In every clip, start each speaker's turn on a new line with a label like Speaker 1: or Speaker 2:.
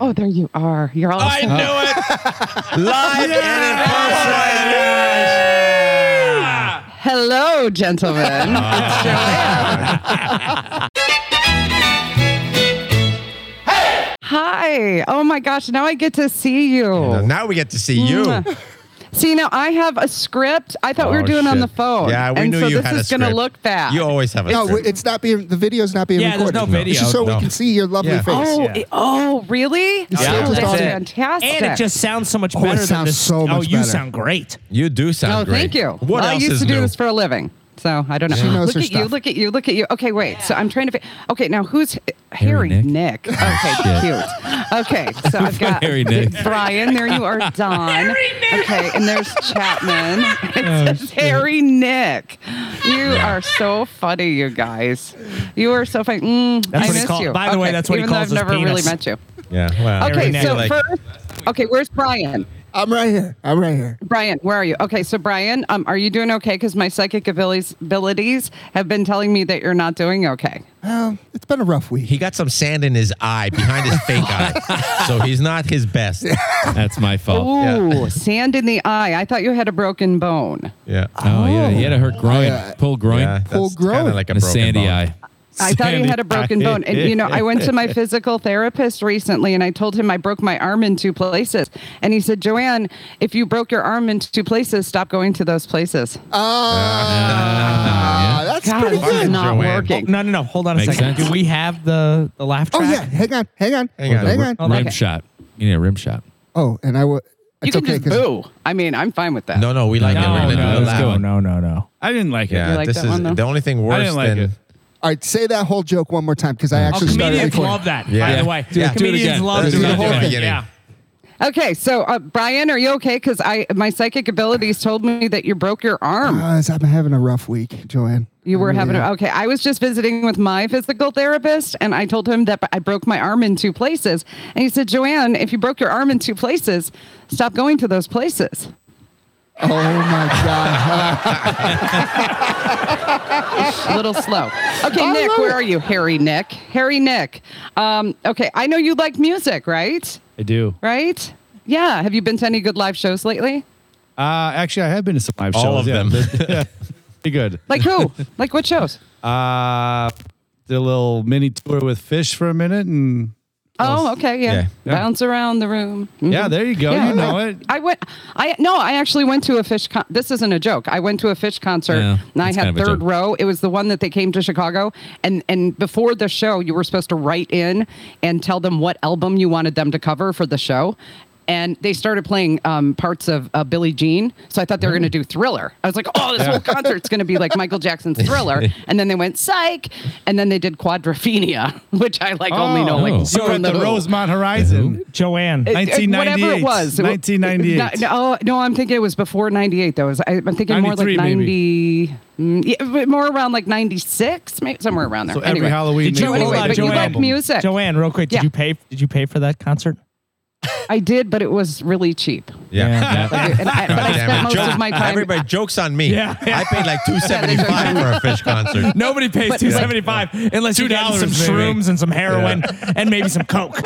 Speaker 1: Oh, there you are. You're all.
Speaker 2: I knew it.
Speaker 3: Live and in
Speaker 2: Oh
Speaker 3: person.
Speaker 1: Hello, gentlemen. It's Joanne. Hi. Oh my gosh. Now I get to see you.
Speaker 2: Now we get to see you.
Speaker 1: Mm. See, now I have a script. I thought we were
Speaker 2: Oh,
Speaker 1: doing on
Speaker 2: shit.
Speaker 1: the phone.
Speaker 2: Yeah, we
Speaker 1: and
Speaker 2: knew
Speaker 1: so
Speaker 2: you
Speaker 1: this
Speaker 2: had a
Speaker 1: is going to
Speaker 2: script.
Speaker 1: look bad.
Speaker 2: You always have a
Speaker 4: No,
Speaker 2: script.
Speaker 4: it's not being the video's not being
Speaker 3: Yeah, there's
Speaker 4: recorded.
Speaker 3: no video.
Speaker 4: It's just so
Speaker 2: No.
Speaker 4: we can see your lovely
Speaker 2: Yeah.
Speaker 4: face.
Speaker 1: Oh,
Speaker 3: Yeah.
Speaker 1: it- oh, really?
Speaker 3: Yeah,
Speaker 1: oh,
Speaker 4: just
Speaker 1: that's
Speaker 4: on it.
Speaker 1: fantastic.
Speaker 3: And it just sounds so much
Speaker 4: Oh, it
Speaker 3: better than
Speaker 4: sounds
Speaker 3: this.
Speaker 4: so
Speaker 3: oh,
Speaker 4: much
Speaker 3: you
Speaker 4: better.
Speaker 3: sound great.
Speaker 2: you do sound
Speaker 1: Oh,
Speaker 2: great.
Speaker 1: thank you.
Speaker 2: What
Speaker 1: Well, I
Speaker 2: else
Speaker 1: used
Speaker 2: is
Speaker 1: to do
Speaker 2: new?
Speaker 1: this for a living. So I don't know.
Speaker 4: She knows
Speaker 1: look
Speaker 4: her
Speaker 1: at you,
Speaker 4: stuff.
Speaker 1: look at you, look at you. Okay, wait. So I'm trying to. Fi- okay, now who's Harry,
Speaker 2: Hairy
Speaker 1: Nick.
Speaker 3: Oh,
Speaker 1: Okay, cute. Okay, so I've got
Speaker 2: Hairy Nick.
Speaker 1: Brian. There you are, Don. Okay, and there's Chapman. It
Speaker 3: Oh,
Speaker 1: says Harry Nick. You are so funny, you guys. You are so funny. Mm,
Speaker 3: That's
Speaker 1: I
Speaker 3: what he
Speaker 1: miss
Speaker 3: call-
Speaker 1: you.
Speaker 3: by the way,
Speaker 1: Okay,
Speaker 3: that's what he
Speaker 1: even though
Speaker 3: calls
Speaker 1: I've
Speaker 3: his
Speaker 1: never really
Speaker 3: penis.
Speaker 1: met you.
Speaker 2: Yeah. Wow.
Speaker 1: Okay,
Speaker 3: Nick.
Speaker 1: so
Speaker 3: Like-
Speaker 1: first. Okay, where's Brian?
Speaker 4: I'm right here. I'm right here.
Speaker 1: Brian, where are you? Okay, so Brian, um, are you doing okay? Because my psychic abili- abilities have been telling me that you're not doing okay.
Speaker 4: Um, it's been a rough week.
Speaker 2: he got some sand in his eye behind his fake eye, so he's not his best.
Speaker 5: That's my fault.
Speaker 1: Ooh,
Speaker 2: Oh, yeah.
Speaker 1: sand in the eye. I thought you had a broken bone.
Speaker 2: Yeah.
Speaker 5: Oh, yeah, he had a hurt groin,
Speaker 4: Yeah.
Speaker 5: pull groin,
Speaker 2: yeah
Speaker 4: Full
Speaker 2: that's
Speaker 4: grown.
Speaker 2: kinda Like a
Speaker 5: and a
Speaker 2: broken
Speaker 5: sandy
Speaker 2: bone.
Speaker 5: eye.
Speaker 1: I thought you
Speaker 5: Sandy
Speaker 1: had a broken
Speaker 5: eye.
Speaker 1: bone. And, you know, I went to my physical therapist recently and I told him I broke my arm in two places. And he said, Joanne, if you broke your arm in two places, stop going to those places.
Speaker 4: Ah,
Speaker 5: Ah,
Speaker 4: that's
Speaker 1: God,
Speaker 4: pretty
Speaker 1: this is
Speaker 4: good.
Speaker 1: not
Speaker 2: Joanne.
Speaker 1: working.
Speaker 3: Oh, No, no, no. Hold on a
Speaker 5: Makes
Speaker 3: second.
Speaker 5: sense.
Speaker 3: Do we have the the laugh
Speaker 4: Oh
Speaker 3: track?
Speaker 4: yeah, hang on, hang
Speaker 2: Hang on.
Speaker 4: on,
Speaker 2: Oh.
Speaker 4: hang
Speaker 2: We're-
Speaker 4: on.
Speaker 5: Rim
Speaker 1: Okay.
Speaker 5: shot. You need a rim shot.
Speaker 4: Oh, and I would.
Speaker 1: You
Speaker 4: It's
Speaker 1: can
Speaker 4: okay.
Speaker 1: just
Speaker 4: 'cause-
Speaker 1: boo. I mean, I'm fine with that.
Speaker 2: No, no, we like it. We're
Speaker 3: Oh, No,
Speaker 2: gonna do
Speaker 3: no,
Speaker 2: it
Speaker 5: let's
Speaker 2: loud.
Speaker 5: go.
Speaker 3: no, no, no, no.
Speaker 5: I didn't like
Speaker 2: Yeah,
Speaker 1: You like
Speaker 2: this
Speaker 1: that
Speaker 2: is
Speaker 1: one, though?
Speaker 2: the only thing
Speaker 5: I
Speaker 2: worse
Speaker 5: didn't like
Speaker 2: than
Speaker 5: it.
Speaker 4: All right, say that whole joke one more time because I
Speaker 3: Oh,
Speaker 4: actually started
Speaker 3: comedians
Speaker 4: recording.
Speaker 3: love that. By
Speaker 2: Yeah.
Speaker 3: the way,
Speaker 2: Do it- do it
Speaker 3: comedians
Speaker 5: again.
Speaker 3: love
Speaker 2: Let's
Speaker 3: to
Speaker 4: do the
Speaker 3: do
Speaker 4: whole
Speaker 3: that.
Speaker 4: thing.
Speaker 3: Yeah.
Speaker 1: Okay, so uh, Brian, are you okay? Because I my psychic abilities told me that you broke your
Speaker 5: Uh,
Speaker 1: arm.
Speaker 4: Guys, Ah, I've been having a rough week, Joanne.
Speaker 1: You were having
Speaker 4: a
Speaker 1: a, okay. I was just visiting with my physical therapist, and I told him that I broke my arm in two places, and he said, "Joanne, if you broke your arm in two places, stop going to those places."
Speaker 4: Oh my god.
Speaker 1: A little slow. Okay,
Speaker 5: Oh,
Speaker 1: Nick, where are you, Harry Nick? Harry Nick. Um, okay, I know you like music, right?
Speaker 5: I do.
Speaker 1: Right? Yeah. Have you been to any good live shows lately?
Speaker 5: Uh, actually, I have been to some live
Speaker 2: all of them.
Speaker 5: Pretty good.
Speaker 1: Like who? like what shows?
Speaker 5: Uh, did a little mini tour with Fish for a minute, and
Speaker 1: Oh, okay, yeah.
Speaker 2: Yeah.
Speaker 5: Yeah.
Speaker 1: Bounce around the room. Mhm.
Speaker 5: Mm-hmm. yeah, there you go.
Speaker 1: Yeah.
Speaker 5: You know it.
Speaker 1: I went. I no. I actually went to a fish. Con- this isn't a joke. I went to a fish concert,
Speaker 5: Yeah,
Speaker 1: and I
Speaker 5: it's
Speaker 1: had
Speaker 5: kind of a
Speaker 1: third
Speaker 5: joke.
Speaker 1: row. It was the one that they came to Chicago, and and before the show, you were supposed to write in and tell them what album you wanted them to cover for the show. And they started playing um, parts of uh, Billie Jean, so I thought they were going to do Thriller. I was like, "Oh, this whole concert's going to be like Michael Jackson's Thriller." And then they went Psych, and then they did Quadrophenia, which I like only know
Speaker 5: Oh.
Speaker 1: like
Speaker 5: you
Speaker 1: zero
Speaker 5: were at the
Speaker 1: Who.
Speaker 5: Rosemont Horizon.
Speaker 3: Joanne.
Speaker 1: It- it-
Speaker 5: 1998.
Speaker 1: Whatever it was. It wa-
Speaker 5: 1998.
Speaker 1: No, no, no, I'm thinking it was before 98, though. It was- I, am thinking more like
Speaker 5: 93
Speaker 1: 90, mm, yeah, but more around like 96, maybe, somewhere around there.
Speaker 5: So every
Speaker 1: Anyway.
Speaker 3: Did
Speaker 5: Halloween, they
Speaker 3: you-
Speaker 1: But
Speaker 5: do a
Speaker 1: anyway,
Speaker 3: hold on,
Speaker 1: but you
Speaker 3: Joanne.
Speaker 1: like music.
Speaker 3: Joanne, real quick, did
Speaker 1: Yeah.
Speaker 3: you pay? Did you pay for that concert?
Speaker 1: I did, but it was really cheap.
Speaker 2: Yeah.
Speaker 1: Like, and I, but I
Speaker 2: God damn
Speaker 1: spent
Speaker 2: it.
Speaker 1: most
Speaker 2: Joke-
Speaker 1: of my time.
Speaker 2: Everybody jokes on me.
Speaker 3: Yeah.
Speaker 2: I paid like two seventy five for a fish concert.
Speaker 3: Nobody pays
Speaker 1: But-
Speaker 3: two seventy five unless you get some
Speaker 5: $2 maybe.
Speaker 3: shrooms and some heroin and maybe some coke.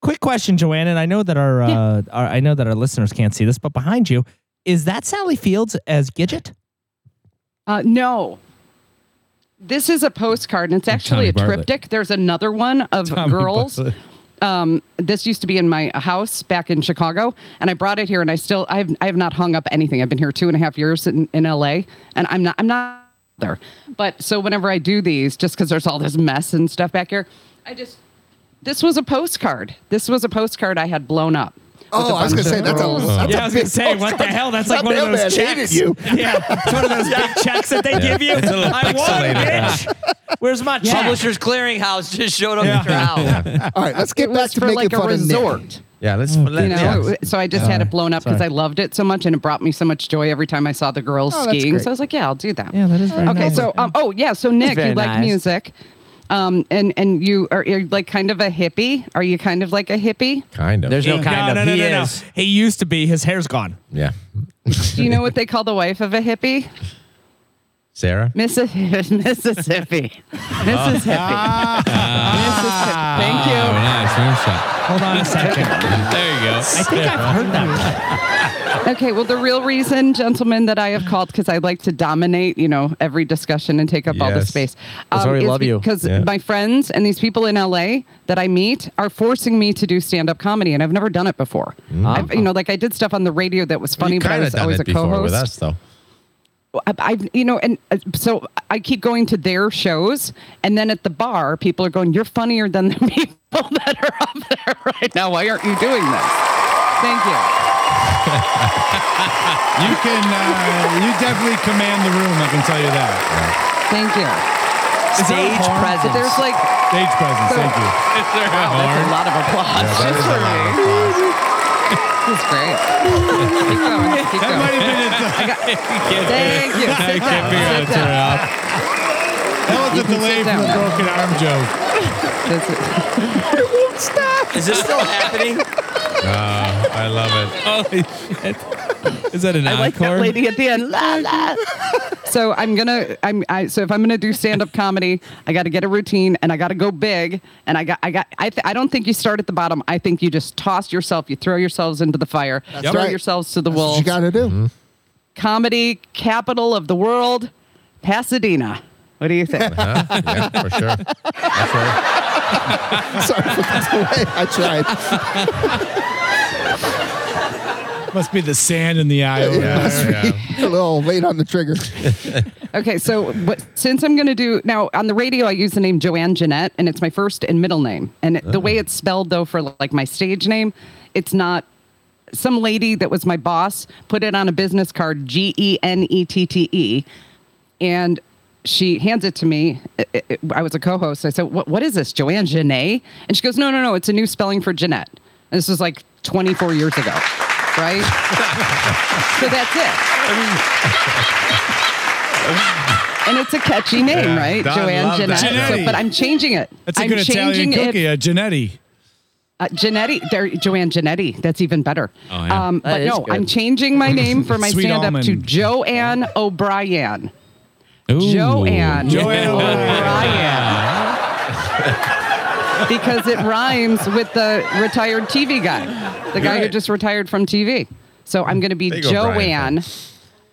Speaker 3: Quick question, Joanne, and I know that our, uh, our I know that our listeners can't see this, but behind you is that Sally Fields as Gidget?
Speaker 1: Uh, no. This is a postcard, and it's actually
Speaker 5: Tommy
Speaker 1: a
Speaker 5: Bartlett.
Speaker 1: triptych. There's another one of girls. Um, this used to be in my house back in Chicago, and I brought it here, and I still I have I have not hung up anything. I've been here two and a half years in, in LA, and I'm not I'm not there. But so whenever I do these, just because there's all this mess and stuff back here, I just this was a postcard. This was a postcard I had blown up. with
Speaker 4: Oh,
Speaker 1: a
Speaker 4: I was gonna
Speaker 1: bunch of
Speaker 4: say that's a.
Speaker 1: girls.
Speaker 4: That's
Speaker 3: yeah,
Speaker 4: a
Speaker 3: I was gonna
Speaker 4: big
Speaker 3: say, what the
Speaker 4: postcard.
Speaker 3: hell? That's like
Speaker 4: That
Speaker 3: one of those
Speaker 4: mailman hated
Speaker 3: checks.
Speaker 4: You.
Speaker 3: Yeah, it's one of those big checks that they give you.
Speaker 2: It's a little
Speaker 3: I won,
Speaker 2: pixelated.
Speaker 3: bitch. Where's my check?
Speaker 6: Publishers Clearinghouse just showed up at your house.
Speaker 4: All right, let's
Speaker 1: It
Speaker 4: get back
Speaker 1: was
Speaker 4: to
Speaker 1: for
Speaker 4: making
Speaker 1: like a
Speaker 4: fun of
Speaker 1: resort.
Speaker 4: Nick.
Speaker 2: Yeah, let's
Speaker 1: you
Speaker 2: let,
Speaker 1: know
Speaker 2: yeah.
Speaker 1: it- so i just had it blown up because i loved it so much and it brought me so much joy every time i saw the girls
Speaker 4: Oh, that's
Speaker 1: skiing
Speaker 4: great.
Speaker 1: so i was like yeah i'll do that
Speaker 3: Yeah, that is very
Speaker 1: okay
Speaker 3: nice.
Speaker 1: so um, oh yeah so nick
Speaker 6: very
Speaker 1: you like
Speaker 6: nice.
Speaker 1: music um and and you are you're like kind of a hippie are you kind of like a hippie
Speaker 2: kind of.
Speaker 6: There's no kind
Speaker 3: no,
Speaker 6: of.
Speaker 3: no, no,
Speaker 6: he
Speaker 3: no, no.
Speaker 6: is.
Speaker 3: He used to be. His hair's gone.
Speaker 2: yeah.
Speaker 1: do you know what they call the wife of a hippie
Speaker 2: Sarah?
Speaker 1: Mississippi, Mississippi, Mississippi. Mississippi. Thank you.
Speaker 7: Oh, nice moonshot.
Speaker 3: Hold on a second.
Speaker 7: There you go.
Speaker 3: I think I've heard that.
Speaker 1: Okay, well, the real reason, gentlemen, that I have called because I like to dominate, you know, every discussion and take up all the
Speaker 2: Yes.
Speaker 1: space. um,
Speaker 6: That's why we love you.
Speaker 1: Because
Speaker 2: Yeah.
Speaker 1: my friends and these people in LA that I meet are forcing me to do stand up comedy, and I've never done it before. I've, you know, like I did stuff on the radio that was funny,
Speaker 2: you
Speaker 1: but I
Speaker 2: kind of
Speaker 1: was
Speaker 2: Mm. done
Speaker 1: always
Speaker 2: it
Speaker 1: a
Speaker 2: before
Speaker 1: co
Speaker 2: with
Speaker 1: host.
Speaker 2: us, though.
Speaker 1: I've, you know, and uh, so I keep going to their shows, and then at the bar, people are going, You're funnier than the people that are up there right now. Why aren't you doing this? Thank you.
Speaker 5: You can, uh, you definitely command the room. I can tell you that.
Speaker 1: Thank you.
Speaker 6: Stage
Speaker 5: horn?
Speaker 1: But
Speaker 6: presence.
Speaker 1: there's like,
Speaker 5: Stage presence. Thank you.
Speaker 6: Wow, that's a lot of applause.
Speaker 2: That is a lot of fun.
Speaker 1: That's great. keep going. Keep
Speaker 5: That might
Speaker 1: going.
Speaker 5: have been at the,
Speaker 1: Thank you. Sit down. Sit down.
Speaker 5: that was
Speaker 1: You
Speaker 5: a
Speaker 1: can
Speaker 5: delay
Speaker 1: sit
Speaker 5: from the
Speaker 1: down.
Speaker 5: broken arm joke.
Speaker 1: That's it.
Speaker 6: Is this still happening?
Speaker 2: Oh, I love it.
Speaker 7: Holy shit. Is that an
Speaker 1: I like
Speaker 7: encore?
Speaker 1: that lady at the end. La, la. So I'm gonna. I'm. I, so if I'm gonna do stand up comedy, I got to get a routine and I got to go big. And I got. I got. I. Th- I don't think you start at the bottom. I think you just toss yourself. You throw yourselves into the fire.
Speaker 4: That's
Speaker 1: throw
Speaker 4: right.
Speaker 1: yourselves to the
Speaker 4: That's what you
Speaker 1: wolves.
Speaker 4: got to do.
Speaker 2: Mm-hmm.
Speaker 1: comedy capital of the world, Pasadena. What do you think?
Speaker 2: Huh? Yeah, for sure. That's right.
Speaker 4: Sorry for the delay. I tried.
Speaker 5: Must be the sand in the eye. over there.
Speaker 2: Yeah, yeah.
Speaker 4: A little late on the trigger.
Speaker 1: Okay, so but since I'm going to do now on the radio, I use the name Joanne Jeanette, and it's my first and middle name. And it- the way it's spelled, though, for like my stage name, it's not. Some lady that was my boss put it on a business card, G E N E T T E, and she hands it to me. It- it- it- I was a co-host. I said, "What? What is this, Joanne Jeanette?" And she goes, "No, no, no. It's a new spelling for Jeanette." And this was like 24 years ago, right? so that's it. And it's a catchy name,
Speaker 2: Yeah,
Speaker 1: right?
Speaker 2: Don
Speaker 1: Joanne
Speaker 2: loved that.
Speaker 1: Jeanette. So,
Speaker 5: Janetti.
Speaker 1: but I'm changing it.
Speaker 5: That's a
Speaker 1: I'm
Speaker 5: good Italian
Speaker 1: changing
Speaker 5: cookie, a Janetti.
Speaker 1: uh, Janetti, there, Joanne Janetti. That's even better.
Speaker 7: Oh, yeah.
Speaker 1: um, but
Speaker 6: is
Speaker 1: no,
Speaker 6: good.
Speaker 1: I'm changing my name for my
Speaker 5: Sweet
Speaker 1: stand up to
Speaker 5: almond.
Speaker 1: Joanne O'Brien.
Speaker 7: Ooh.
Speaker 1: Joanne.
Speaker 5: Joanne
Speaker 1: O'Brien. because it rhymes with the retired TV guy, the guy who
Speaker 2: Right.
Speaker 1: just retired from TV. So I'm going to be
Speaker 2: Big O'Brien
Speaker 1: Joanne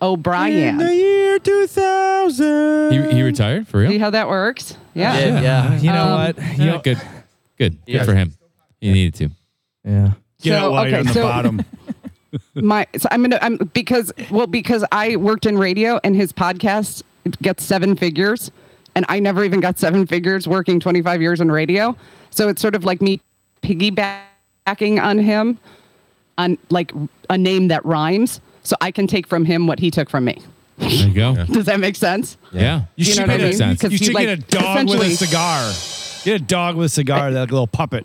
Speaker 1: O'Brien.
Speaker 2: year 2000.
Speaker 7: He, he retired for
Speaker 1: See
Speaker 7: real?
Speaker 1: how that works?
Speaker 6: Yeah.
Speaker 1: Yeah.
Speaker 6: yeah.
Speaker 3: You know what? You
Speaker 7: Yeah,
Speaker 3: know-
Speaker 7: good. Good.
Speaker 2: Yeah.
Speaker 7: Good for him. He needed to.
Speaker 3: yeah.
Speaker 5: Get
Speaker 1: So,
Speaker 5: it while
Speaker 1: okay,
Speaker 5: you're on the
Speaker 1: so-
Speaker 5: bottom.
Speaker 1: my so i'm gonna i'm because well because i worked in radio and his podcast gets seven figures and i never even got seven figures working 25 years in radio so it's sort of like me piggybacking on him on like a name that rhymes so i can take from him what he took from me
Speaker 7: There you go. Yeah.
Speaker 1: does that make sense
Speaker 5: You,
Speaker 1: You know
Speaker 5: should
Speaker 1: what I
Speaker 5: get, a,
Speaker 1: mean?
Speaker 7: sense.
Speaker 5: you
Speaker 1: Because
Speaker 5: should
Speaker 1: you,
Speaker 5: get a
Speaker 1: like,
Speaker 5: dog with a
Speaker 1: essentially-
Speaker 5: cigar. Get a dog with a cigar, that little puppet.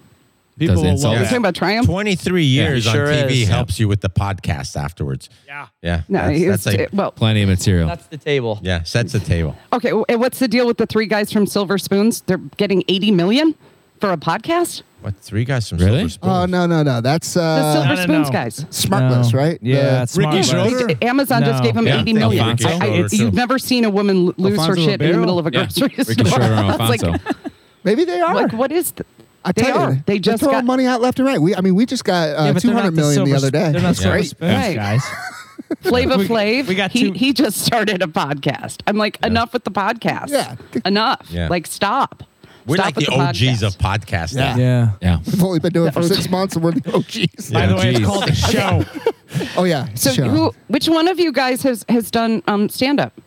Speaker 5: People
Speaker 7: does
Speaker 5: will
Speaker 7: insult
Speaker 1: We're
Speaker 5: love that.
Speaker 1: talking about triumph
Speaker 2: 23 years
Speaker 6: sure
Speaker 2: on TV
Speaker 6: is.
Speaker 2: helps you with the podcast afterwards.
Speaker 5: Yeah.
Speaker 2: Yeah.
Speaker 1: no
Speaker 2: that's,
Speaker 1: he
Speaker 2: that's
Speaker 1: was,
Speaker 2: like,
Speaker 1: well
Speaker 7: Plenty of material.
Speaker 6: That's the table.
Speaker 2: yeah, sets the table.
Speaker 1: okay w- and what's the deal with the three guys from silver spoons they're getting 80 million for a podcast
Speaker 2: What, three guys from
Speaker 7: Really?
Speaker 2: Silver Spoon?
Speaker 4: Oh no no no. That's
Speaker 1: the
Speaker 4: uh,
Speaker 1: silver
Speaker 5: no, no,
Speaker 1: spoons
Speaker 5: no.
Speaker 1: guys
Speaker 4: Smartless,
Speaker 3: No.
Speaker 4: right?
Speaker 3: Yeah.
Speaker 4: The-
Speaker 3: it's smart
Speaker 5: Ricky
Speaker 3: advice.
Speaker 5: Schroeder?
Speaker 1: They- Amazon just
Speaker 3: No.
Speaker 1: gave him
Speaker 2: Yeah,
Speaker 1: 80 million.
Speaker 7: Alfonso.
Speaker 1: I- I-
Speaker 2: Alfonso.
Speaker 1: you've never seen a woman l- lose her
Speaker 5: Alfonso
Speaker 1: shit in the
Speaker 5: Ribeiro?
Speaker 1: middle of a
Speaker 7: Yeah.
Speaker 1: grocery
Speaker 7: Ricky
Speaker 1: store.
Speaker 7: Schroeder and
Speaker 1: I was like,
Speaker 7: Alfonso.
Speaker 4: Maybe they are.
Speaker 1: like, what is? Th-
Speaker 4: I
Speaker 1: they
Speaker 4: tell
Speaker 1: are.
Speaker 4: you,
Speaker 1: They just
Speaker 4: throw
Speaker 1: got-
Speaker 4: money out left and right. We I mean we just got uh,
Speaker 3: Yeah, but
Speaker 4: two
Speaker 3: they're not
Speaker 4: hundred million the
Speaker 3: silver-
Speaker 4: other day.
Speaker 3: They're not silver
Speaker 2: Right.
Speaker 3: spoons,
Speaker 1: Right.
Speaker 3: guys.
Speaker 1: Flava Flav.
Speaker 3: we got
Speaker 1: he,
Speaker 3: two-
Speaker 1: he just started a podcast. I'm like, enough with the podcast.
Speaker 4: Yeah.
Speaker 1: enough.
Speaker 2: Yeah.
Speaker 1: Like, stop.
Speaker 2: We're
Speaker 1: Stop
Speaker 2: like
Speaker 1: with
Speaker 2: the OGs
Speaker 1: podcast.
Speaker 2: of podcasting.
Speaker 4: Yeah.
Speaker 3: Yeah.
Speaker 7: yeah.
Speaker 4: We've only been doing it for
Speaker 1: The
Speaker 4: six
Speaker 1: OG.
Speaker 4: months and we're the OGs.
Speaker 3: By the way,
Speaker 7: Jeez.
Speaker 3: it's called a show.
Speaker 4: Oh yeah.
Speaker 1: So,
Speaker 4: sure.
Speaker 1: who? Which one of you guys has has done um stand up?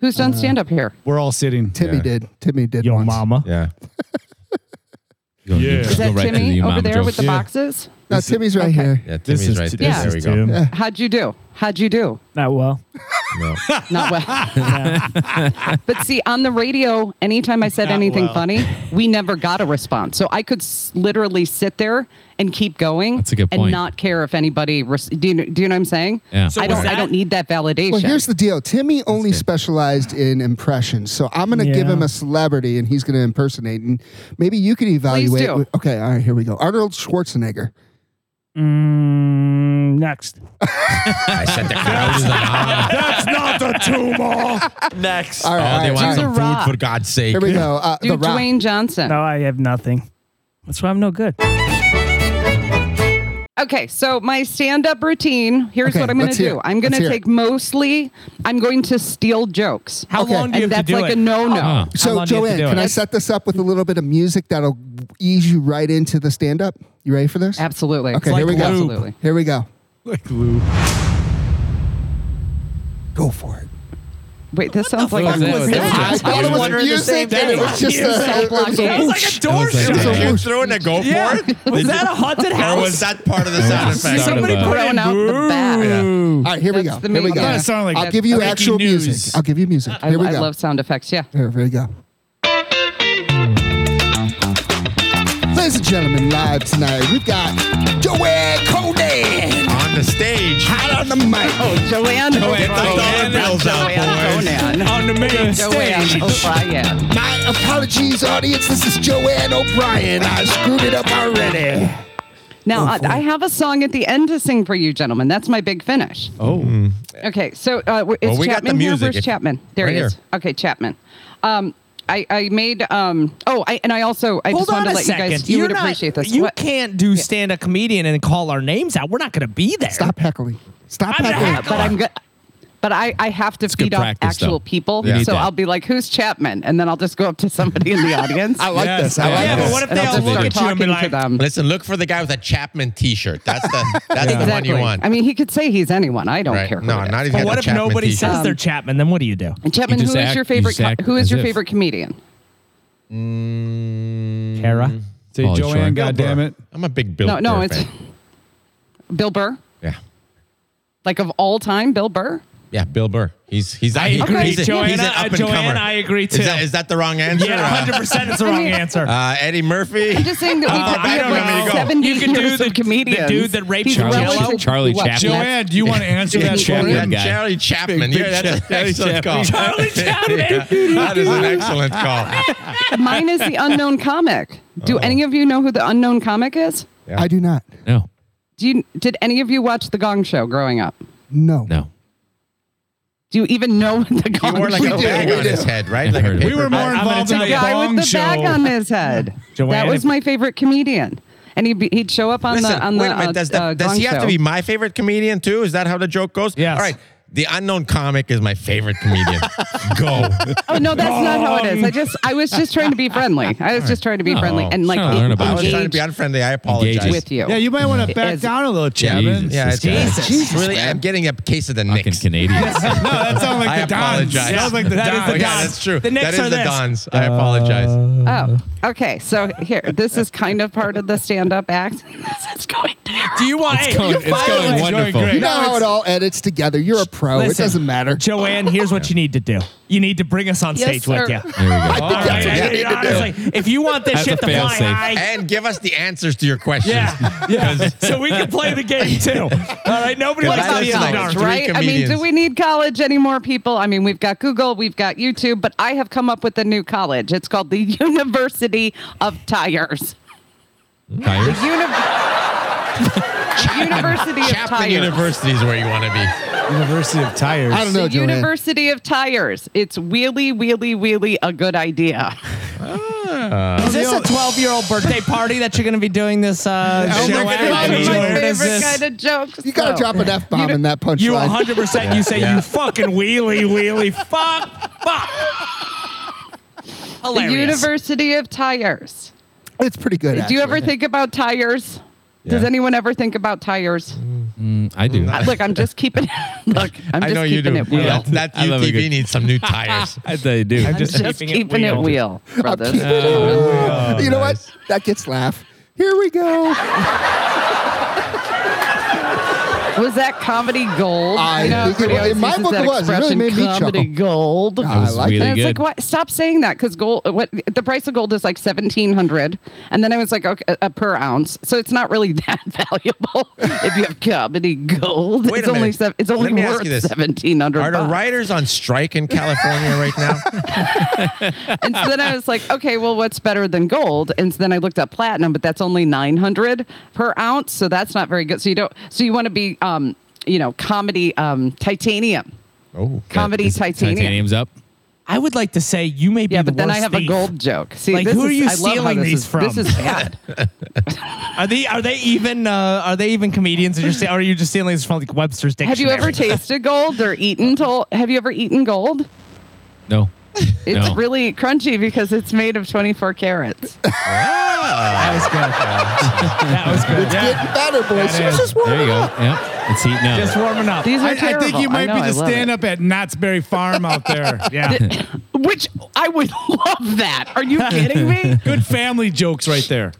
Speaker 1: Who's
Speaker 4: Uh,
Speaker 1: done stand up here?
Speaker 5: We're all sitting.
Speaker 4: Timmy
Speaker 2: Yeah.
Speaker 4: did. Timmy did
Speaker 3: Yo,
Speaker 4: once.
Speaker 3: mama.
Speaker 2: Yeah.
Speaker 7: Go go
Speaker 5: Yeah. Is
Speaker 1: Is that
Speaker 7: right to
Speaker 1: Timmy
Speaker 7: the
Speaker 1: over
Speaker 7: mama
Speaker 1: there
Speaker 7: joke.
Speaker 1: with the
Speaker 5: Yeah.
Speaker 1: boxes?
Speaker 4: No, Timmy's right
Speaker 1: Okay.
Speaker 4: here.
Speaker 2: Yeah,
Speaker 5: This
Speaker 2: Timmy's
Speaker 5: is
Speaker 2: right
Speaker 5: t-
Speaker 2: there.
Speaker 1: this
Speaker 2: there
Speaker 1: is
Speaker 2: we go.
Speaker 3: Tim.
Speaker 1: How'd you do? Howd you do?
Speaker 3: Not well.
Speaker 2: No.
Speaker 1: Not well. but see, on the radio, anytime I said anything funny, we never got a response. So I could s- literally sit there and keep going.
Speaker 7: That's a good
Speaker 1: And
Speaker 7: point.
Speaker 1: not care if anybody. Res- do, you, do you know what I'm saying?
Speaker 7: Yeah. So
Speaker 1: I
Speaker 7: was
Speaker 1: don't. I
Speaker 7: that-
Speaker 1: don't need that validation.
Speaker 4: Well, here's the deal. Timmy only
Speaker 7: good.
Speaker 4: specialized in impressions, so I'm going to give
Speaker 3: Yeah.
Speaker 4: him a celebrity, and he's going to impersonate. And maybe you could evaluate.
Speaker 1: do.
Speaker 4: Okay, all right, here we go. Arnold Schwarzenegger.
Speaker 3: Mm, next.
Speaker 2: I said the crowd is on.
Speaker 5: That's not the tumor.
Speaker 6: Next.
Speaker 4: All right,
Speaker 2: Oh,
Speaker 4: all
Speaker 2: they
Speaker 4: right,
Speaker 2: want
Speaker 4: all
Speaker 1: Do
Speaker 2: some
Speaker 1: The
Speaker 2: food
Speaker 1: Rock.
Speaker 2: for God's sake.
Speaker 4: right. here we go. Uh,
Speaker 1: do
Speaker 4: the Rock.
Speaker 1: Dwayne Johnson.
Speaker 8: No, I have nothing. That's why I'm no good.
Speaker 1: Okay, so my stand-up routine. Here's
Speaker 4: Okay,
Speaker 1: what I'm going to
Speaker 4: let's hear
Speaker 1: do.
Speaker 4: it.
Speaker 1: I'm going
Speaker 4: Let's
Speaker 1: to
Speaker 4: hear it.
Speaker 1: take mostly. I'm going to steal jokes.
Speaker 3: How
Speaker 4: Okay.
Speaker 3: long do you
Speaker 1: and that's
Speaker 3: have to do
Speaker 1: like
Speaker 3: it?
Speaker 1: a no-no.
Speaker 7: Uh-huh.
Speaker 3: How
Speaker 4: So,
Speaker 3: long do you have to
Speaker 4: Joanne,
Speaker 3: do
Speaker 4: can
Speaker 3: it?
Speaker 4: I set this up with a little bit of music that'll ease you right into the stand up? You ready for this?
Speaker 1: Absolutely.
Speaker 4: Okay, here we go.
Speaker 1: Absolutely.
Speaker 4: Here we go.
Speaker 5: Like Lou.
Speaker 4: Go for it.
Speaker 1: Wait, this sounds like
Speaker 7: fuck
Speaker 1: I'm
Speaker 7: was
Speaker 1: listening.
Speaker 7: that?
Speaker 4: I thought it was
Speaker 6: wondering the same
Speaker 4: music, and it
Speaker 6: thing.
Speaker 4: was just
Speaker 1: Sound
Speaker 4: a, it was
Speaker 1: blocking.
Speaker 4: a whoosh.
Speaker 3: It's like a door
Speaker 7: That was like
Speaker 3: shut.
Speaker 7: that.
Speaker 2: Did you throw in a go
Speaker 8: Yeah.
Speaker 2: for it?
Speaker 8: Was that a haunted
Speaker 2: Or
Speaker 8: house?
Speaker 2: was that part of the sound
Speaker 7: Sound
Speaker 2: effect?
Speaker 8: Somebody
Speaker 7: effect.
Speaker 8: put
Speaker 1: Thrown
Speaker 8: in
Speaker 1: out the
Speaker 8: boo.
Speaker 1: back.
Speaker 4: All right, here we
Speaker 1: That's
Speaker 4: go.
Speaker 1: the
Speaker 4: Here we
Speaker 1: main-
Speaker 4: go.
Speaker 1: I thought
Speaker 5: it sounded like
Speaker 4: I'll give you
Speaker 5: breaking
Speaker 4: actual
Speaker 5: news.
Speaker 4: music. I'll give you music.
Speaker 1: I,
Speaker 4: Here we
Speaker 1: I
Speaker 4: go.
Speaker 1: love sound effects. Yeah.
Speaker 4: Here, here we go. Ladies and gentlemen, live tonight, we've got Joanne Conan
Speaker 2: On the stage.
Speaker 4: out on the mic.
Speaker 1: Oh, Joanne.
Speaker 2: Get the dollar bills out, boys.
Speaker 8: on the main
Speaker 1: Joanne O'Brien.
Speaker 4: My apologies, audience. This is Joanne O'Brien. I screwed it up already.
Speaker 3: Oh,
Speaker 1: Now, uh, I, I have a song at the end to sing for you, gentlemen. That's my big finish.
Speaker 5: Oh.
Speaker 1: Mm. Okay, so uh, w- is
Speaker 2: Well, we got the
Speaker 1: Chapman here?
Speaker 2: music
Speaker 1: Where's
Speaker 2: if-
Speaker 1: Chapman? There
Speaker 2: right
Speaker 1: he is.
Speaker 2: here.
Speaker 1: Okay, Chapman. Um, I, I made um oh I and I also I
Speaker 3: Hold
Speaker 1: just wanted
Speaker 3: on
Speaker 1: to
Speaker 3: a
Speaker 1: let
Speaker 3: second.
Speaker 1: you guys you
Speaker 3: You're
Speaker 1: would
Speaker 3: not-
Speaker 1: appreciate this.
Speaker 3: You
Speaker 1: What?
Speaker 3: can't do stand a comedian and call our names out. We're not going to be there.
Speaker 4: Stop heckling. Stop
Speaker 3: I'm a
Speaker 4: heckling.
Speaker 3: heckler.
Speaker 1: but I'm good. But I, I have to
Speaker 7: good
Speaker 1: feed off
Speaker 7: practice,
Speaker 1: actual
Speaker 7: though.
Speaker 1: people,
Speaker 7: You need
Speaker 1: so
Speaker 7: that.
Speaker 1: I'll be like, "Who's Chapman?" and then I'll just go up to somebody in the audience.
Speaker 4: I like
Speaker 5: Yes,
Speaker 4: this. I
Speaker 5: yeah.
Speaker 4: like
Speaker 3: Yeah,
Speaker 4: this.
Speaker 3: but what if
Speaker 1: and
Speaker 3: they
Speaker 1: I'll
Speaker 3: all
Speaker 1: just
Speaker 3: look
Speaker 1: start
Speaker 3: at you and be
Speaker 1: talking
Speaker 3: like,
Speaker 1: to them.
Speaker 2: Listen, look for the guy with a Chapman T-shirt. That's the that's the one
Speaker 1: exactly.
Speaker 2: you want.
Speaker 1: I mean, he could say he's anyone. I don't
Speaker 2: right?
Speaker 1: care. who
Speaker 2: No,
Speaker 1: it is.
Speaker 2: not even.
Speaker 3: But what if nobody
Speaker 2: t-shirt.
Speaker 3: says they're Chapman? Then what do you do?
Speaker 1: And Chapman,
Speaker 7: just
Speaker 1: who is
Speaker 7: act-
Speaker 1: your
Speaker 7: you
Speaker 1: favorite?
Speaker 7: just act
Speaker 1: co- who is
Speaker 7: as
Speaker 1: your
Speaker 7: if.
Speaker 1: favorite comedian?
Speaker 3: Kara?
Speaker 5: Say
Speaker 7: Pauly Shore.
Speaker 5: Joanne, God damn it.
Speaker 2: I'm a big Bill.
Speaker 1: No, no,
Speaker 2: Burr
Speaker 1: it's
Speaker 2: fan.
Speaker 1: Bill Burr.
Speaker 2: yeah,
Speaker 1: Like of all time, Bill Burr.
Speaker 2: yeah, Bill Burr. He's he's
Speaker 3: I
Speaker 2: he's,
Speaker 3: agree,
Speaker 2: he's, a-
Speaker 3: Joanna.
Speaker 2: he's an
Speaker 3: Uh,
Speaker 2: up and
Speaker 3: Joanna,
Speaker 2: comer.
Speaker 3: I agree, too.
Speaker 2: Is that, is that the wrong answer?
Speaker 3: Yeah, hundred percent. It's the wrong answer.
Speaker 2: Uh, Eddie Murphy.
Speaker 1: I'm just saying that we
Speaker 3: Uh,
Speaker 1: could
Speaker 3: I
Speaker 1: be
Speaker 3: don't know.
Speaker 1: at
Speaker 3: You
Speaker 1: like
Speaker 3: go.
Speaker 1: 70
Speaker 3: You could do
Speaker 1: years
Speaker 3: the-
Speaker 1: of
Speaker 3: the
Speaker 1: comedians.
Speaker 3: dude that raped
Speaker 1: He's
Speaker 7: Charlie-
Speaker 1: relative-
Speaker 7: Charlie
Speaker 1: what,
Speaker 7: Chaplin.
Speaker 5: Joanne, do you want to answer
Speaker 2: Yeah,
Speaker 5: that
Speaker 2: Charlie,
Speaker 5: question?
Speaker 7: Chaplin. guy.
Speaker 2: Charlie Chapman.
Speaker 5: Big, big
Speaker 2: yeah, that's an
Speaker 5: Charlie
Speaker 2: excellent call.
Speaker 5: Chaplin.
Speaker 3: Charlie Chapman.
Speaker 2: that is an excellent call.
Speaker 1: Mine is the unknown comic.
Speaker 2: Oh.
Speaker 1: Do any of you know who the unknown comic is?
Speaker 4: I do not.
Speaker 7: No,
Speaker 1: Do you, did any of you watch The Gong Show growing up?
Speaker 4: No.
Speaker 7: no.
Speaker 1: Do you even know what The Gong
Speaker 2: He wore like
Speaker 1: Show
Speaker 2: a bag
Speaker 1: is?
Speaker 2: on his head, right?
Speaker 7: I've
Speaker 2: Like a
Speaker 7: heard of it.
Speaker 5: We
Speaker 2: paper
Speaker 5: were
Speaker 2: bag.
Speaker 5: more
Speaker 3: I'm gonna
Speaker 5: involved in
Speaker 3: tell
Speaker 5: the
Speaker 3: you-
Speaker 1: guy
Speaker 5: gong
Speaker 1: with the
Speaker 5: show.
Speaker 1: bag on his head.
Speaker 3: Joanne,
Speaker 1: that was
Speaker 3: if-
Speaker 1: my favorite comedian. And he'd, be, he'd show up on
Speaker 2: Listen,
Speaker 1: the on
Speaker 2: wait
Speaker 1: the
Speaker 2: a minute.
Speaker 1: uh,
Speaker 2: Does, the-
Speaker 1: uh,
Speaker 2: does
Speaker 1: Gong
Speaker 2: he have
Speaker 1: Show.
Speaker 2: to be my favorite comedian too? Is that how the joke goes?
Speaker 3: Yes.
Speaker 2: All right. The unknown comic is my favorite comedian. Go.
Speaker 1: Oh no, that's not how it is. I just I was just trying to be friendly. I was just trying to be
Speaker 7: No,
Speaker 1: friendly and like
Speaker 7: it's not learn about
Speaker 2: Oh, I was trying to
Speaker 1: engage
Speaker 2: be unfriendly. I apologize.
Speaker 7: Engaging.
Speaker 1: with you.
Speaker 5: Yeah, you might want to back
Speaker 1: is-
Speaker 5: down a little,
Speaker 2: Yeah,
Speaker 5: Chapman.
Speaker 2: yeah, it's, uh,
Speaker 3: Jesus.
Speaker 2: it's really, I'm getting a case of the
Speaker 7: Fucking
Speaker 2: Knicks.
Speaker 7: Canadians.
Speaker 5: No, that
Speaker 2: I
Speaker 5: sounds like the Dons.
Speaker 2: apologize.
Speaker 5: Sounds like the
Speaker 3: That is
Speaker 5: Dons.
Speaker 2: Oh,
Speaker 3: the
Speaker 2: yeah,
Speaker 3: Dons.
Speaker 2: that's true.
Speaker 3: The Knicks
Speaker 2: that is
Speaker 3: are
Speaker 2: the
Speaker 3: this.
Speaker 2: Dons. I apologize.
Speaker 1: Oh, okay. So here, this is kind of part of the stand-up act. this is going down.
Speaker 3: Do you want? Hey,
Speaker 7: going-
Speaker 3: you
Speaker 7: it's going
Speaker 3: finally-
Speaker 7: wonderful.
Speaker 4: You know how it all edits together. You're a pro. it
Speaker 3: Listen,
Speaker 4: doesn't matter.
Speaker 3: Joanne, here's what you need to do. You need to bring us on
Speaker 1: Yes,
Speaker 3: stage with
Speaker 1: sir.
Speaker 7: There
Speaker 3: you.
Speaker 7: we go.
Speaker 3: All right,
Speaker 2: what
Speaker 3: I-
Speaker 2: you need to
Speaker 3: honestly, if you want this
Speaker 7: That's
Speaker 3: shit
Speaker 7: a
Speaker 3: to fly
Speaker 7: fail-safe.
Speaker 3: high,
Speaker 2: And give us the answers to your questions.
Speaker 3: yeah, yeah. so we can play the game too. All right, nobody
Speaker 2: Good
Speaker 3: likes to
Speaker 2: idea.
Speaker 3: be in the
Speaker 2: Like,
Speaker 3: dark.
Speaker 2: three
Speaker 1: Right? I mean, do
Speaker 2: comedians.
Speaker 1: we need college anymore, people? I mean, we've got Google, we've got YouTube, but I have come up with a new college. It's called the University of Tires.
Speaker 7: Tires.
Speaker 1: Uni- University of
Speaker 2: Chapman
Speaker 1: Tires.
Speaker 2: University is where you want to be.
Speaker 5: University of Tires.
Speaker 4: I don't know,
Speaker 1: the
Speaker 4: Joanne.
Speaker 1: University of Tires. It's really, really, really a good idea.
Speaker 3: Is this a 12 year old birthday party that you're going to be doing this? Uh,
Speaker 5: Oh my
Speaker 3: show
Speaker 5: God,
Speaker 3: at?
Speaker 5: my
Speaker 1: my
Speaker 3: Joanne,
Speaker 5: favorite
Speaker 3: is
Speaker 1: favorite
Speaker 3: this-
Speaker 1: kind of jokes.
Speaker 4: You gotta
Speaker 1: though.
Speaker 4: drop an F bomb in that punchline.
Speaker 3: You 100 percent. You say
Speaker 2: Yeah.
Speaker 3: you fucking wheelie wheelie. Fuck fuck.
Speaker 1: the
Speaker 3: Hilarious.
Speaker 1: University of Tires.
Speaker 4: it's pretty good.
Speaker 1: Do you ever
Speaker 4: actually.
Speaker 1: think about tires? Does
Speaker 2: Yeah.
Speaker 1: anyone ever think about tires?
Speaker 7: I do.
Speaker 1: Uh, Look, I'm just keeping. Look, I'm
Speaker 2: I
Speaker 1: just
Speaker 2: know you
Speaker 1: keeping
Speaker 2: do.
Speaker 1: it real.
Speaker 2: That, that
Speaker 7: I love a
Speaker 2: UTV
Speaker 7: good-
Speaker 2: needs some new tires.
Speaker 7: I thought you do.
Speaker 1: I'm just, keeping, it real, brothers.
Speaker 4: Uh, You know what? That gets laugh. Here we go.
Speaker 1: was that comedy gold?
Speaker 4: I think it
Speaker 1: everybody always
Speaker 4: was. In my
Speaker 1: uses
Speaker 4: book,
Speaker 1: that
Speaker 4: it was. It really
Speaker 1: expression,
Speaker 4: made me
Speaker 1: comedy
Speaker 4: chuckle.
Speaker 1: gold.
Speaker 4: I
Speaker 7: was
Speaker 4: like
Speaker 7: really
Speaker 1: and it's
Speaker 7: good.
Speaker 1: like, what? Stop saying that because gold. What the price of gold is like seventeen hundred, and then I was like, okay, uh, per ounce. So it's not really that valuable if you have comedy gold.
Speaker 2: Wait a
Speaker 1: it's only
Speaker 2: minute.
Speaker 1: sev- it's
Speaker 2: Let
Speaker 1: only
Speaker 2: me ask
Speaker 1: worth
Speaker 2: you this.
Speaker 1: seventeen hundred.
Speaker 2: Are the writers on strike in California right now?
Speaker 1: And so then I was like, okay, well, what's better than gold? And so then I looked up platinum, but that's only 900 per ounce. So that's not very good. So you don't, so you want to be, um, you know, comedy um, titanium.
Speaker 2: Oh,
Speaker 1: Comedy titanium.
Speaker 7: Titanium's up.
Speaker 3: I would like to say you may be
Speaker 1: Yeah,
Speaker 3: the
Speaker 1: but then I
Speaker 3: worst
Speaker 1: have a
Speaker 3: thief.
Speaker 1: gold joke. See,
Speaker 3: Like,
Speaker 1: this
Speaker 3: who are
Speaker 1: is-
Speaker 3: you
Speaker 1: I love how
Speaker 3: stealing
Speaker 1: this
Speaker 3: these
Speaker 1: is-
Speaker 3: from?
Speaker 1: This is bad.
Speaker 3: Are they are they even uh, are they even comedians? Or, you're, sa- or are you just stealing this from like Webster's
Speaker 1: have
Speaker 3: dictionary?
Speaker 1: you ever tasted gold or eaten gold? Have you ever eaten gold?
Speaker 7: No.
Speaker 1: It's
Speaker 7: No.
Speaker 1: really crunchy because it's made of 24 carats.
Speaker 3: That was good. that was good.
Speaker 4: It's
Speaker 3: Yeah.
Speaker 4: getting better, boys.
Speaker 3: That
Speaker 4: She's
Speaker 3: is-
Speaker 4: just
Speaker 7: There
Speaker 4: warming
Speaker 7: you go.
Speaker 4: up.
Speaker 7: Yep. It's heating up.
Speaker 3: Just warming up.
Speaker 1: These are
Speaker 5: I, I
Speaker 1: terrible.
Speaker 5: think you might
Speaker 1: know, I
Speaker 5: be the
Speaker 1: love it.
Speaker 5: stand up at Knott's Berry Farm out there.
Speaker 3: yeah.
Speaker 1: Which I would love that. Are you kidding me?
Speaker 5: Good family jokes right there.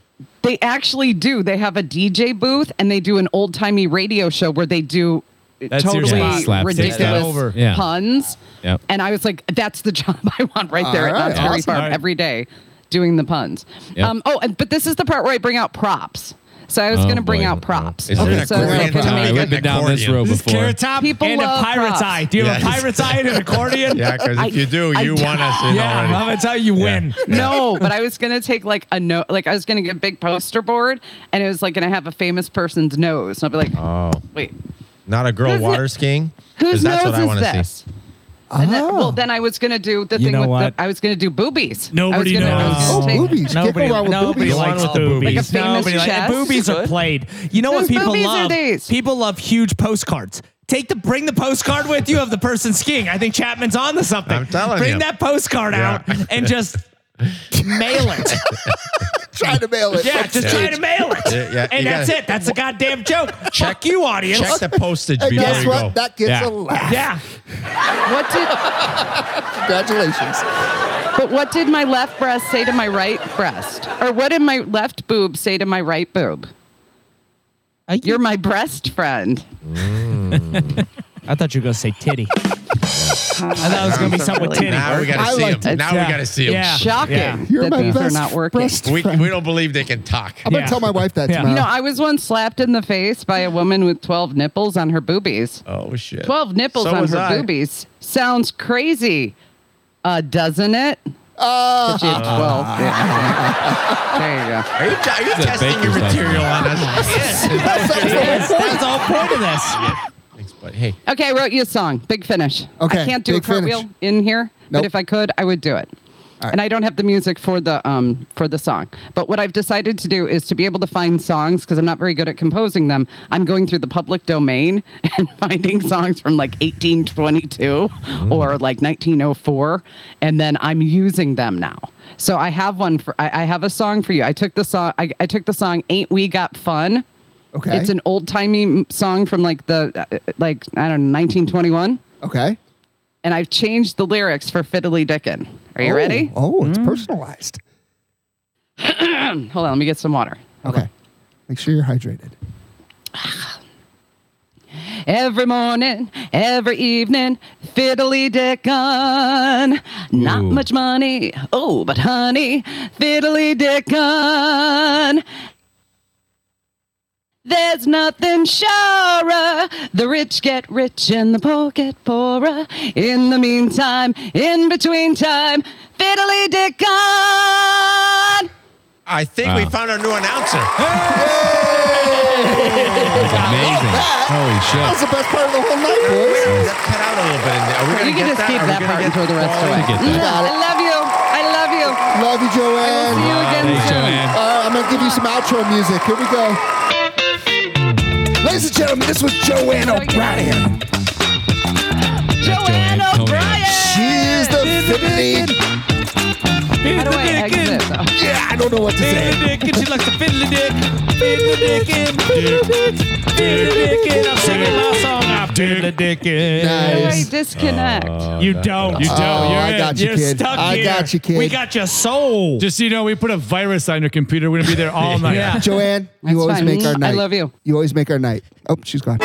Speaker 1: They actually do. They have a DJ booth and they do an old timey radio show where they do
Speaker 5: That's your
Speaker 1: totally
Speaker 7: spot. Slapstick
Speaker 1: ridiculous
Speaker 5: stuff. Over.
Speaker 7: Yeah.
Speaker 1: puns.
Speaker 7: Yep.
Speaker 1: And I was like, that's the job I want right there
Speaker 4: All
Speaker 1: at Knott's
Speaker 4: right,
Speaker 1: Berry
Speaker 4: awesome.
Speaker 1: Farm
Speaker 5: All right.
Speaker 1: every day doing the puns.
Speaker 7: Yep.
Speaker 1: Um, oh, and, but this is the part where I bring out props. So I was
Speaker 7: Oh,
Speaker 1: going to bring
Speaker 7: boy.
Speaker 1: out props.
Speaker 2: Is there an
Speaker 1: so
Speaker 2: accordion
Speaker 1: I can
Speaker 2: time?
Speaker 1: make
Speaker 2: We've
Speaker 1: a-
Speaker 2: been
Speaker 7: down this
Speaker 2: accordion.
Speaker 7: road
Speaker 5: This is
Speaker 7: before.
Speaker 5: Carrot Top.
Speaker 1: People
Speaker 3: and a
Speaker 1: love
Speaker 3: pirate's
Speaker 1: props.
Speaker 3: eye. Do you have a
Speaker 2: Yes.
Speaker 3: pirate's eye and an accordion?
Speaker 2: Yeah, because if you do,
Speaker 1: I-
Speaker 2: you want us in
Speaker 3: Yeah,
Speaker 2: already.
Speaker 3: Mom, that's how you win.
Speaker 1: No, but I was gonna take like a note, like I was gonna get a big poster board, and it was like gonna have a famous person's nose, and I'll be like,
Speaker 2: Oh,
Speaker 1: wait,
Speaker 2: not a girl
Speaker 1: Who's
Speaker 2: water
Speaker 1: ne-
Speaker 2: skiing. 'Cause
Speaker 1: whose
Speaker 2: that's
Speaker 1: nose
Speaker 2: what I
Speaker 1: is
Speaker 2: wanna see.
Speaker 1: this? And then,
Speaker 4: Ah.
Speaker 1: well, then I was gonna do the
Speaker 3: You
Speaker 1: thing
Speaker 3: know
Speaker 1: with
Speaker 3: what?
Speaker 1: the. I was gonna do boobies.
Speaker 5: Nobody
Speaker 1: I was gonna, I was
Speaker 5: knows.
Speaker 1: gonna
Speaker 4: Oh,
Speaker 1: take-
Speaker 4: boobies. Can't go
Speaker 3: Nobody,
Speaker 4: wrong with
Speaker 3: nobody
Speaker 4: boobies.
Speaker 3: likes
Speaker 2: Love
Speaker 3: the boobies.
Speaker 1: Like a famous
Speaker 3: nobody like-
Speaker 1: chest.
Speaker 3: boobies are played. You know what
Speaker 1: Whose
Speaker 3: people
Speaker 1: boobies are
Speaker 3: love?
Speaker 1: these?
Speaker 3: People love huge postcards. Take the bring the postcard with you of the person skiing. I think Chapman's on to something.
Speaker 2: I'm telling
Speaker 3: bring
Speaker 2: you.
Speaker 3: that postcard
Speaker 2: Yeah.
Speaker 3: out and just mail it.
Speaker 4: Try to mail it.
Speaker 3: Yeah,
Speaker 4: Next
Speaker 3: just try
Speaker 4: stage.
Speaker 3: to mail it.
Speaker 2: Yeah, yeah,
Speaker 3: and
Speaker 2: you
Speaker 3: that's
Speaker 2: gotta-
Speaker 3: it. That's a goddamn joke. Check you, audience.
Speaker 2: Check the postage
Speaker 4: And
Speaker 2: before
Speaker 4: guess
Speaker 2: you
Speaker 4: what?
Speaker 2: go.
Speaker 4: That gets
Speaker 7: Yeah.
Speaker 4: a laugh.
Speaker 3: yeah.
Speaker 1: What did?
Speaker 4: Congratulations.
Speaker 1: But what did my left breast say to my right breast, or what did my left boob say to my right boob? You're my breast friend.
Speaker 3: I thought you were gonna say titty. I thought it was gonna be something with titty.
Speaker 2: Now we got
Speaker 4: I
Speaker 2: to see
Speaker 4: like
Speaker 2: him.
Speaker 4: that.
Speaker 2: Now
Speaker 3: Yeah.
Speaker 2: we got to see him.
Speaker 3: Yeah.
Speaker 1: Shocking
Speaker 3: Yeah.
Speaker 4: You're
Speaker 1: that
Speaker 4: my
Speaker 1: these
Speaker 4: best
Speaker 1: are not working.
Speaker 4: breast
Speaker 2: We,
Speaker 4: friend.
Speaker 2: we don't believe they can talk.
Speaker 4: I'm going
Speaker 3: Yeah.
Speaker 4: to tell my wife that
Speaker 3: Yeah.
Speaker 4: tomorrow.
Speaker 1: You know, I was once slapped in the face by a woman with 12 nipples on her boobies.
Speaker 2: Oh shit!
Speaker 1: 12 nipples
Speaker 2: So
Speaker 1: on
Speaker 2: was
Speaker 1: her
Speaker 2: I.
Speaker 1: boobies. Sounds crazy, uh, doesn't it?
Speaker 4: Uh,
Speaker 1: That she had 12. Yeah. there you go.
Speaker 2: Are you, are you
Speaker 7: a
Speaker 2: testing your
Speaker 7: baker's dozen.
Speaker 2: material on us? yes.
Speaker 4: that's, that's the
Speaker 3: That's, that's the whole point of this.
Speaker 2: Thanks, bud. Hey,
Speaker 1: Okay, I wrote you a song. Big finish.
Speaker 4: Okay,
Speaker 1: I can't do a
Speaker 4: Big Finish.
Speaker 1: cartwheel in here,
Speaker 4: Nope.
Speaker 1: but if I could, I would do it.
Speaker 4: right.
Speaker 1: And I don't have the music for the um for the song. But what I've decided to do is to be able to find songs because I'm not very good at composing them. I'm going through the public domain and finding songs from like 1822
Speaker 4: Mm.
Speaker 1: or like 1904, and then I'm using them now. So I have one for I, I have a song for you. I took the song I, I took the song "Ain't We Got Fun."
Speaker 4: Okay.
Speaker 1: It's an old timey song from like the uh, like I don't know 1921,
Speaker 4: okay.
Speaker 1: and I've changed the lyrics for Fiddly Dickin. Are you
Speaker 4: Oh,
Speaker 1: ready? Mm.
Speaker 4: Oh, it's personalized.
Speaker 1: Hold on, let me get some water.
Speaker 4: Okay. Make sure you're hydrated.
Speaker 1: Every morning, every evening, Fiddly Dickin. Not
Speaker 7: Ooh.
Speaker 1: much money, oh but honey, Fiddly Dickin. There's nothing surer. The rich get rich and the poor get poorer. In the meantime, in between time, fiddly dickon.
Speaker 2: I think
Speaker 1: Uh.
Speaker 2: we found our new announcer.
Speaker 7: amazing. Holy
Speaker 4: That's
Speaker 7: shit.
Speaker 4: the best part of the whole night, boys.
Speaker 2: That cut out a little bit. In there. Are we gonna
Speaker 1: You can
Speaker 2: get
Speaker 1: just
Speaker 2: that?
Speaker 1: keep
Speaker 2: Are we
Speaker 1: that
Speaker 2: gonna
Speaker 1: part
Speaker 2: get
Speaker 1: until the rest of the way.
Speaker 7: get
Speaker 1: Mm,
Speaker 4: that.
Speaker 1: I love you. I love you.
Speaker 4: Love you,
Speaker 1: See
Speaker 4: Joanne.
Speaker 1: you
Speaker 7: Thanks,
Speaker 1: again soon.
Speaker 7: Joanne.
Speaker 4: All right, I'm going to give you some outro music. Here we go. Ladies and gentlemen, this was Joanne O'Brien.
Speaker 1: Joanne
Speaker 7: Joanne
Speaker 1: O'Brien.
Speaker 4: She's the fiddly.
Speaker 1: How do I exit this? Oh,
Speaker 4: Yeah, I don't know what to say.
Speaker 3: and she likes to fiddle dick, fiddle dick and fiddle dick, fiddle dick and I'm singing my song. I'm fiddle dick
Speaker 1: How do I
Speaker 4: Nice.
Speaker 1: disconnect?
Speaker 3: You don't. You
Speaker 4: Oh, I got you,
Speaker 3: are
Speaker 4: kid.
Speaker 3: stuck
Speaker 4: I
Speaker 3: here.
Speaker 4: got you, kid.
Speaker 3: We got your soul.
Speaker 5: Just so you know, we put a virus on your computer. We're going to be there all night.
Speaker 3: yeah.
Speaker 4: Joanne, you
Speaker 1: That's
Speaker 4: always
Speaker 1: fine.
Speaker 4: make our
Speaker 1: I
Speaker 4: night.
Speaker 1: love you.
Speaker 4: You always make our night. Oh, she's gone.